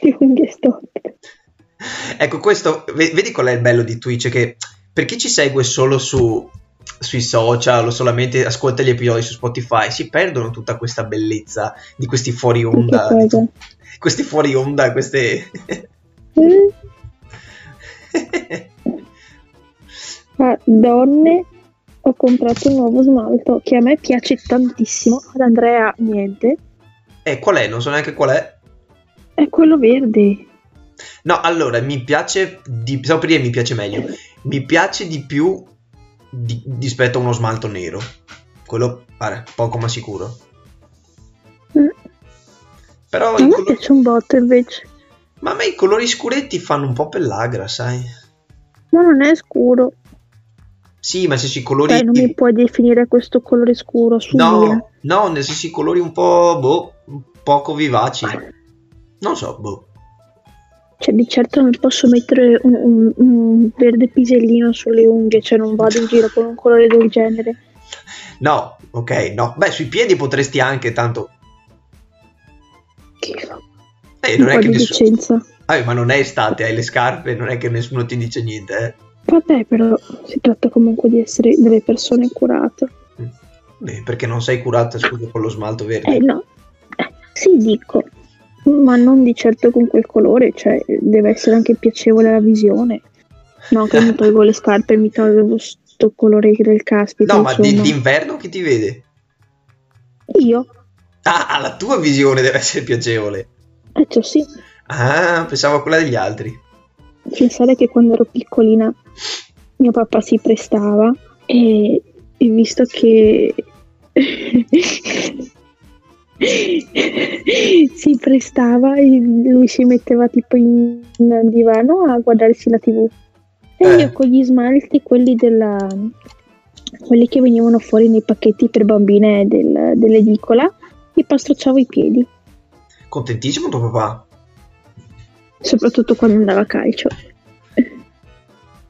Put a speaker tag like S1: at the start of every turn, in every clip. S1: di unghie storte.
S2: Ecco, questo, ve- vedi qual è il bello di Twitch? Che per chi ci segue solo su, sui social o solamente ascolta gli episodi su Spotify, si perdono tutta questa bellezza di questi fuori onda.
S1: Che
S2: di
S1: cosa?
S2: tu- questi fuori onda, queste...
S1: Eh, ah, donne, ho comprato un nuovo smalto che a me piace tantissimo, ad Andrea niente,
S2: e Eh, qual è? Non so neanche qual è.
S1: è quello verde.
S2: No, allora, mi piace di... Stavo per dire mi piace meglio. Mi piace di più di- rispetto a uno smalto nero. Quello pare poco ma sicuro.
S1: Mm.
S2: Però
S1: A
S2: i
S1: me
S2: colo-
S1: piace un botto invece,
S2: ma a me i colori scuretti fanno un po' pellagra, sai?
S1: ma non è scuro.
S2: Sì, ma se si colori...
S1: Dai, non mi puoi definire questo colore scuro, su via.
S2: No, no, nel senso i colori un po', boh, poco vivaci. Non so, boh.
S1: Cioè, di certo non posso mettere un, un- un verde pisellino sulle unghie, cioè non vado in giro con un colore del genere.
S2: No, ok, no. Beh, sui piedi potresti anche tanto... Eh,
S1: Un
S2: non è
S1: po'
S2: che
S1: di
S2: nessuno...
S1: licenza.
S2: Ah, ma non è estate, hai le scarpe, non è che nessuno ti dice niente, eh.
S1: Vabbè, però si tratta comunque di essere delle persone curate.
S2: eh. Beh, perché non sei curata, scusa, con lo smalto verde.
S1: Eh no, Eh, sì dico, ma non di certo con quel colore, cioè deve essere anche piacevole la visione. No, che mi tolgo le scarpe e mi tolgo sto colore del caspita,
S2: no, ma di-
S1: insomma.
S2: d'inverno chi ti vede?
S1: Io?
S2: Ah, la tua visione deve essere piacevole.
S1: Eh, cioè sì,
S2: Ah, pensavo a quella degli altri.
S1: pensare che quando ero piccolina mio papà si prestava e, e visto che si prestava e lui si metteva tipo in, in divano a guardarsi la tv e
S2: Eh.
S1: io con gli smalti quelli della quelli che venivano fuori nei pacchetti per bambine del- dell'edicola mi pastrocciavo i piedi
S2: Contentissimo tuo papà.
S1: soprattutto quando andava a calcio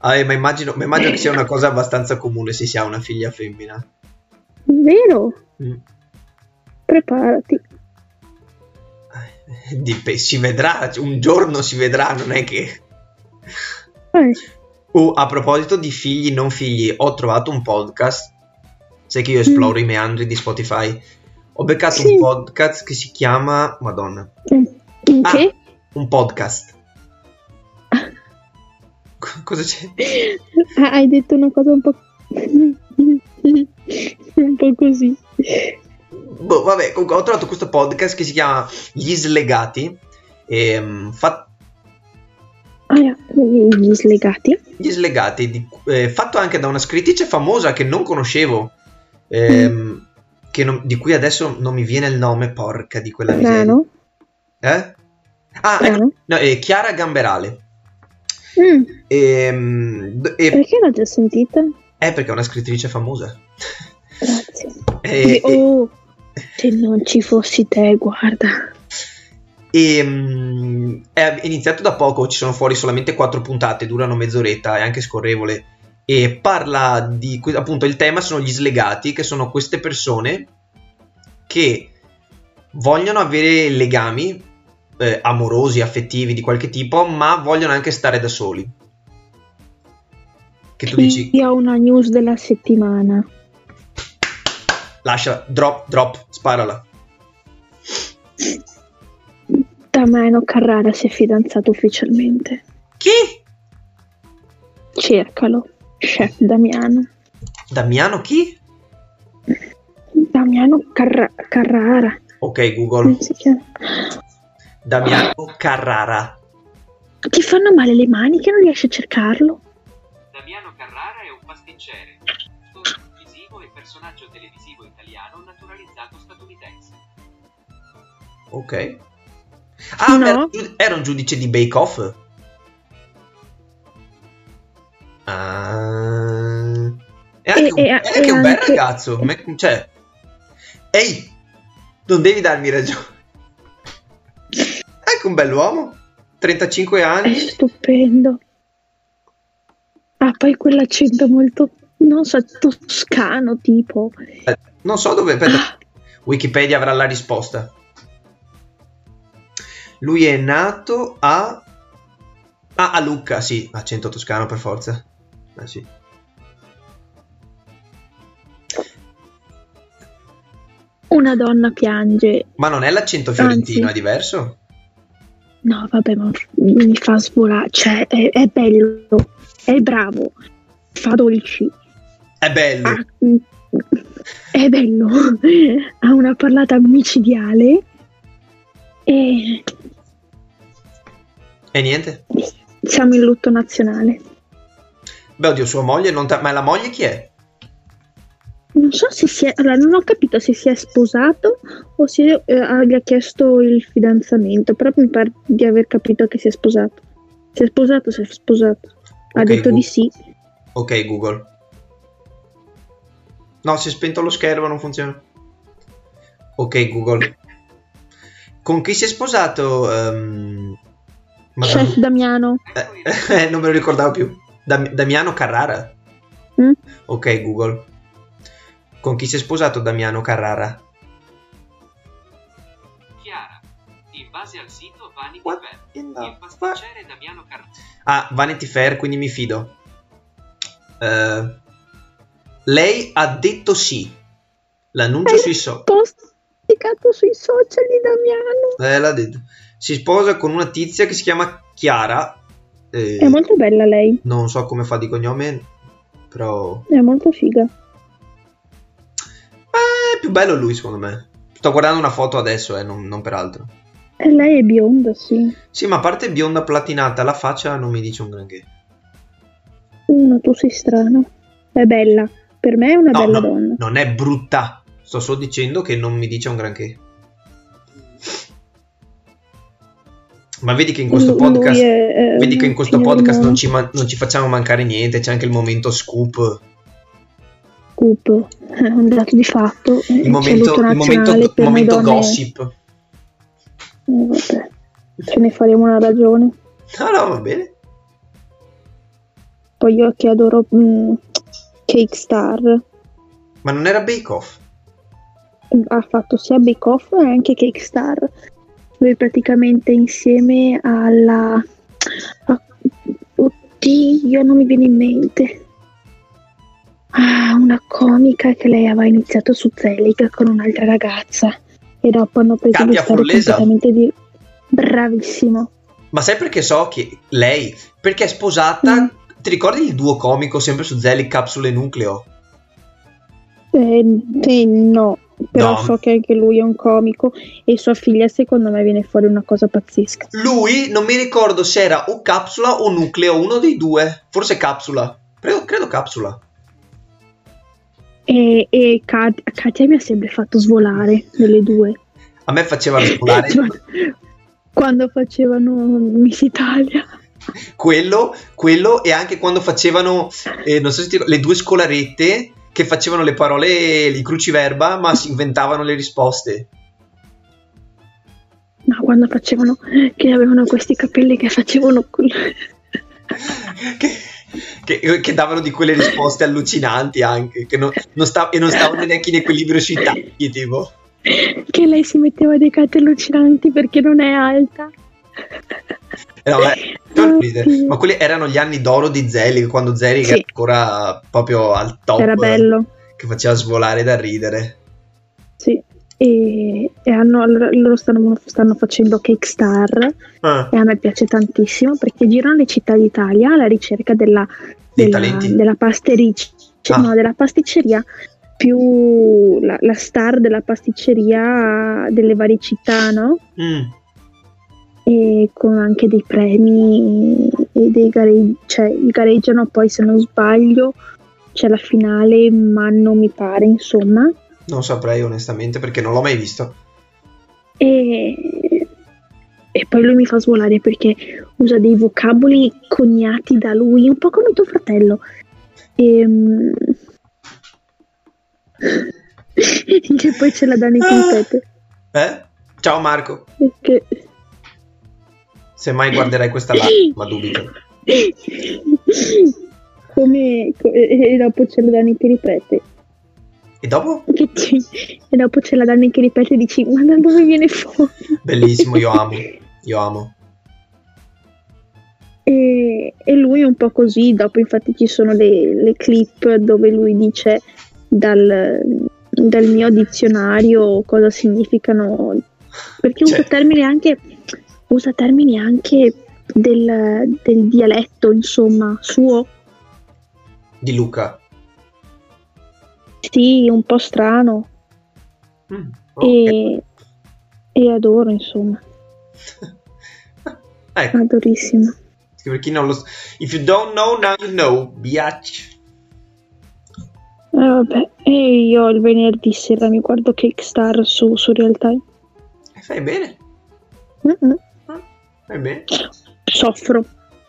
S2: Ah, eh, ma immagino, ma immagino che sia una cosa abbastanza comune se si ha una figlia femmina.
S1: vero?
S2: Mm.
S1: preparati
S2: Dip- si vedrà, un giorno si vedrà, non è che...
S1: Eh,
S2: Oh, a proposito di figli non figli, ho trovato un podcast. Sai che io esploro i meandri di Spotify. Ho beccato
S1: Sì.
S2: un podcast che si chiama... Madonna.
S1: in
S2: Ah.
S1: che?
S2: un podcast. Co- Cosa c'è?
S1: Ah, hai detto una cosa un po'... un po' così.
S2: Boh, vabbè, comunque ho trovato questo podcast che si chiama Gli Slegati. ehm, fa-
S1: Ah, gli slegati.
S2: Gli Slegati, di- eh, fatto anche da una scrittrice famosa che non conoscevo, ehm, che non- di cui adesso non mi viene il nome, porca di quella miseria.
S1: Strano.
S2: Eh? Ah, ecco,
S1: Strano.
S2: no, eh, Chiara Gamberale.
S1: Mm,
S2: Ehm, d- e-
S1: perché l'ho già sentita?
S2: eh, perché è una scrittrice famosa.
S1: Grazie.
S2: Eh, eh,
S1: oh, se non ci fossi te, guarda.
S2: E mm, è iniziato da poco, ci sono fuori solamente quattro puntate, durano mezz'oretta, è anche scorrevole. E parla di que- appunto il tema sono gli slegati, che sono queste persone che vogliono avere legami eh, amorosi, affettivi di qualche tipo, ma vogliono anche stare da soli. Che tu dici,
S1: Io ho una news della settimana.
S2: lascia, drop, drop, sparala.
S1: Tameno Carrara si è fidanzato ufficialmente.
S2: Chi?
S1: Cercalo. Chef Damiano.
S2: Damiano chi?
S1: Damiano Carra- Carrara.
S2: Ok Google,
S1: Come si chiama?
S2: Damiano Carrara.
S1: Ti fanno male le mani che non riesci a cercarlo?
S3: Damiano Carrara è un pasticcere, attore televisivo e personaggio televisivo italiano naturalizzato statunitense.
S2: Ok. Ah,
S1: No.
S2: era, un giu- era un giudice di Bake Off. Ah. È anche,
S1: E-
S2: un,
S1: e-
S2: è anche
S1: e
S2: un bel
S1: anche-
S2: ragazzo. me- cioè, ehi, non devi darmi ragione. È anche un bell'uomo. 35
S1: È
S2: anni.
S1: stupendo. Ah, poi quell'accento molto, non so, toscano tipo. Ah.
S2: Non so dove. aspetta. Wikipedia avrà la risposta. Lui è nato a... Ah, a Lucca, sì, accento toscano per forza. Ah, sì.
S1: Una donna piange.
S2: Ma non è
S1: Ah,
S2: l'accento fiorentino,
S1: Anzi.
S2: è diverso?
S1: No, vabbè, ma mi fa svolare. Cioè, è, è bello, è bravo, fa dolci.
S2: È bello.
S1: ha- è bello, ha una parlata micidiale e
S2: E niente.
S1: siamo in lutto nazionale.
S2: Beh, oddio, sua moglie non... ta- Ma la moglie chi è?
S1: Non so se si è, allora non ho capito se si è sposato o se eh, ha- gli ha chiesto il fidanzamento, però mi pare di aver capito che si è sposato. Si è sposato, si è sposato. Ha
S2: Ok, oh,
S1: detto
S2: Gu-
S1: di sì.
S2: Ok, Google. No, si è spento lo schermo, non funziona. Ok, Google. Con chi si è sposato? ehm, Madonna.
S1: Chef Damiano,
S3: Ecco
S2: Eh, eh, non me lo ricordavo più. Dam- Damiano Carrara.
S1: Mm.
S2: Ok, Google. Con chi si è sposato Damiano Carrara?
S3: Chiara. In base al sito Vanity
S2: What
S3: Fair,
S2: in the
S3: il pasticcere Damiano Carrara.
S2: Ah, Vanity Fair, quindi mi fido. Eh, lei ha detto sì. L'annuncio
S1: Eh.
S2: sui social.
S1: posticato sui social di Damiano.
S2: Eh, l'ha detto. Si sposa con una tizia che si chiama Chiara. eh,
S1: È molto bella lei,
S2: Non so come fa di cognome, però...
S1: è molto figa.
S2: Eh, è più bello lui, secondo me. Sto guardando una foto adesso, eh, non, non peraltro.
S1: E lei è bionda, sì.
S2: Sì, ma a parte bionda platinata, la faccia non mi dice un granché.
S1: No, tu sei strano. È bella. Per me è una
S2: No,
S1: bella
S2: no.
S1: donna.
S2: Non è brutta. Sto solo dicendo che non mi dice un granché. Ma vedi che in questo
S1: Lu-
S2: podcast...
S1: lui è- è
S2: Vedi che in
S1: un
S2: questo
S1: signor
S2: podcast non
S1: mono-
S2: ci, man- non ci facciamo mancare niente, c'è anche il momento scoop.
S1: Scoop. È un dato di fatto. eh, c'è
S2: Il momento,
S1: lutto
S2: il momento,
S1: nazionale per
S2: momento
S1: noi donne.
S2: gossip.
S1: Eh, vabbè. Ce ne faremo una ragione.
S2: No, no, va bene.
S1: Poi io che adoro mh, Cake Star.
S2: Ma non era Bake Off.
S1: Ha fatto sia Bake Off e anche Cake Star. Lui praticamente insieme alla... a- Oddio, non mi viene in mente. Ah, una comica che lei aveva iniziato su Zelica con un'altra ragazza e dopo hanno preso
S2: Katia
S1: due storie
S2: Follesa.
S1: completamente di... Bravissimo.
S2: Ma sai perché so che lei? Perché è sposata.
S1: Mm.
S2: Ti ricordi il duo comico sempre su Zelly Capsule Nucleo?
S1: Eh, sì, no, però
S2: No.
S1: so che anche lui è un comico e sua figlia secondo me viene fuori una cosa pazzesca.
S2: Lui non mi ricordo se era o Capsula o Nucleo, uno dei due. Forse Capsula. Credo, credo Capsula.
S1: E, e Kat- Katia mi ha sempre fatto svolare delle due.
S2: A me faceva scolare
S1: Quando facevano Miss Italia.
S2: quello, quello e anche quando facevano, eh, non so se ti ricordi, le due scolarette che facevano le parole, i cruciverba, ma si inventavano le risposte.
S1: No, quando facevano che avevano questi capelli che facevano col-
S2: che, che- che davano di quelle risposte allucinanti anche che non, non sta- e non stavano neanche in equilibrio sui tagli tipo
S1: che lei si metteva dei cati allucinanti perché non è alta.
S2: Eh, no, ma- non ridere. ma quelli erano gli anni d'oro di Zelig quando Zelig
S1: Sì.
S2: era ancora proprio al top
S1: Era bello.
S2: che faceva svolare da ridere
S1: Sì. E, e hanno, allora loro stanno, stanno facendo Cake Star
S2: Ah,
S1: e a me piace tantissimo perché girano le città d'Italia alla ricerca della,
S2: dei
S1: della,
S2: talenti
S1: della pasteric-
S2: Ah.
S1: no, della pasticceria più la, la star della pasticceria delle varie città, no?
S2: Mm,
S1: E con anche dei premi e dei gare- cioè gareggiano poi se non sbaglio c'è la finale, ma non mi pare, insomma.
S2: non saprei onestamente perché non l'ho mai visto
S1: E, e poi lui mi fa svolare perché usa dei vocaboli coniati da lui, un po' come tuo fratello. Ehm, E poi c'è la Dani Pompete.
S2: eh? ciao Marco
S1: Che...
S2: se mai guarderai questa live Ah, ma dubito
S1: Come, co- e e dopo c'è la Dani che ripete.
S2: e dopo?
S1: Che ti- E dopo c'è la Dani che ripete e dici, ma da dove viene fuori?
S2: bellissimo io amo Io amo.
S1: E, e lui è un po' così, dopo infatti ci sono le, le clip dove lui dice dal, dal mio dizionario cosa significano, perché
S2: Cioè.
S1: usa termini anche, usa termini anche del, del dialetto, insomma, suo,
S2: Di Luca.
S1: sì, un po' strano,
S2: Mm, ok.
S1: e, e adoro, insomma,
S2: ecco,
S1: adorissimo.
S2: per chi non lo sa. If you don't know, now you know, biatch.
S1: Eh, vabbè, e io il venerdì sera mi guardo Kickstar su, su Real Time.
S2: E Eh, Fai bene,
S1: Mm-mm.
S2: fai bene.
S1: Soffro,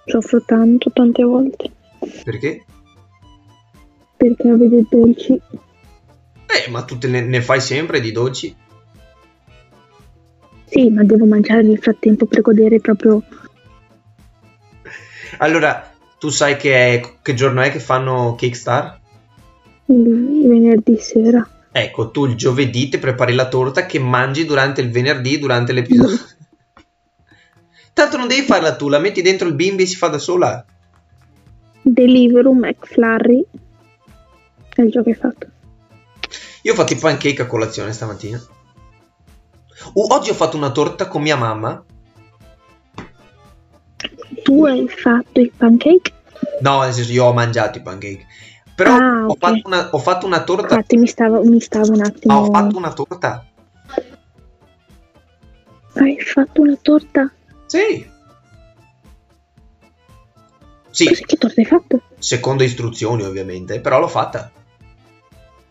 S1: soffro tanto, tante volte,
S2: Perché?
S1: perché a vedere dolci.
S2: Eh, ma tu te ne, ne fai sempre di dolci?
S1: Sì, ma devo mangiare nel frattempo per godere proprio
S2: Allora, tu sai che, è- che giorno è che fanno Kickstar?
S1: il venerdì sera.
S2: Ecco, tu il giovedì ti prepari la torta che mangi durante il venerdì, durante l'episodio. Tanto non devi farla tu, la metti dentro il bimbi e si fa da sola.
S1: Deliveroo McFlurry è il gioco che hai fatto.
S2: Io ho fatto i pancake a colazione stamattina. Uh, oggi ho fatto una torta con mia mamma.
S1: Tu hai fatto i pancake?
S2: No, nel senso, io ho mangiato i pancake. Però
S1: Ah,
S2: ho,
S1: ok.
S2: fatto una, ho fatto una torta.
S1: Infatti mi stavo, mi stavo un attimo...
S2: Ah, ho fatto una torta.
S1: Hai fatto una torta?
S2: Sì. Sì,
S1: Cos'è che torta hai fatto?
S2: secondo istruzioni ovviamente, però l'ho fatta.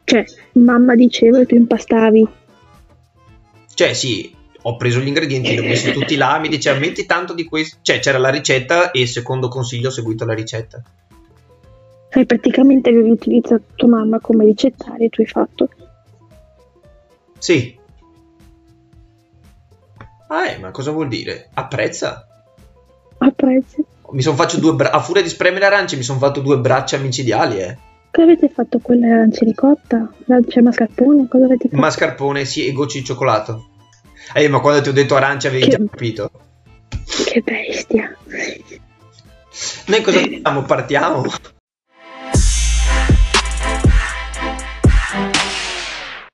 S1: Cioè, mamma diceva e tu impastavi.
S2: Cioè, sì, ho preso gli ingredienti, li ho messi tutti là, mi diceva metti tanto di questo. Cioè, c'era la ricetta e secondo consiglio ho seguito la ricetta.
S1: Hai Cioè, praticamente avevi utilizzato tua mamma come ricettario e tu hai fatto.
S2: Sì. Ah, eh, ma cosa vuol dire? Apprezza.
S1: Apprezzo.
S2: Mi son faccio due bra- a furia di spremere arance mi sono fatto due braccia micidiali, eh.
S1: Che avete fatto con l'arancia ricotta? L'arancia mascarpone? Cosa avete fatto?
S2: Mascarpone, sì, e gocce di cioccolato. Eh, ma quando ti ho detto arancia avevi
S1: Che-
S2: già capito.
S1: Che bestia.
S2: Noi cosa facciamo? Partiamo?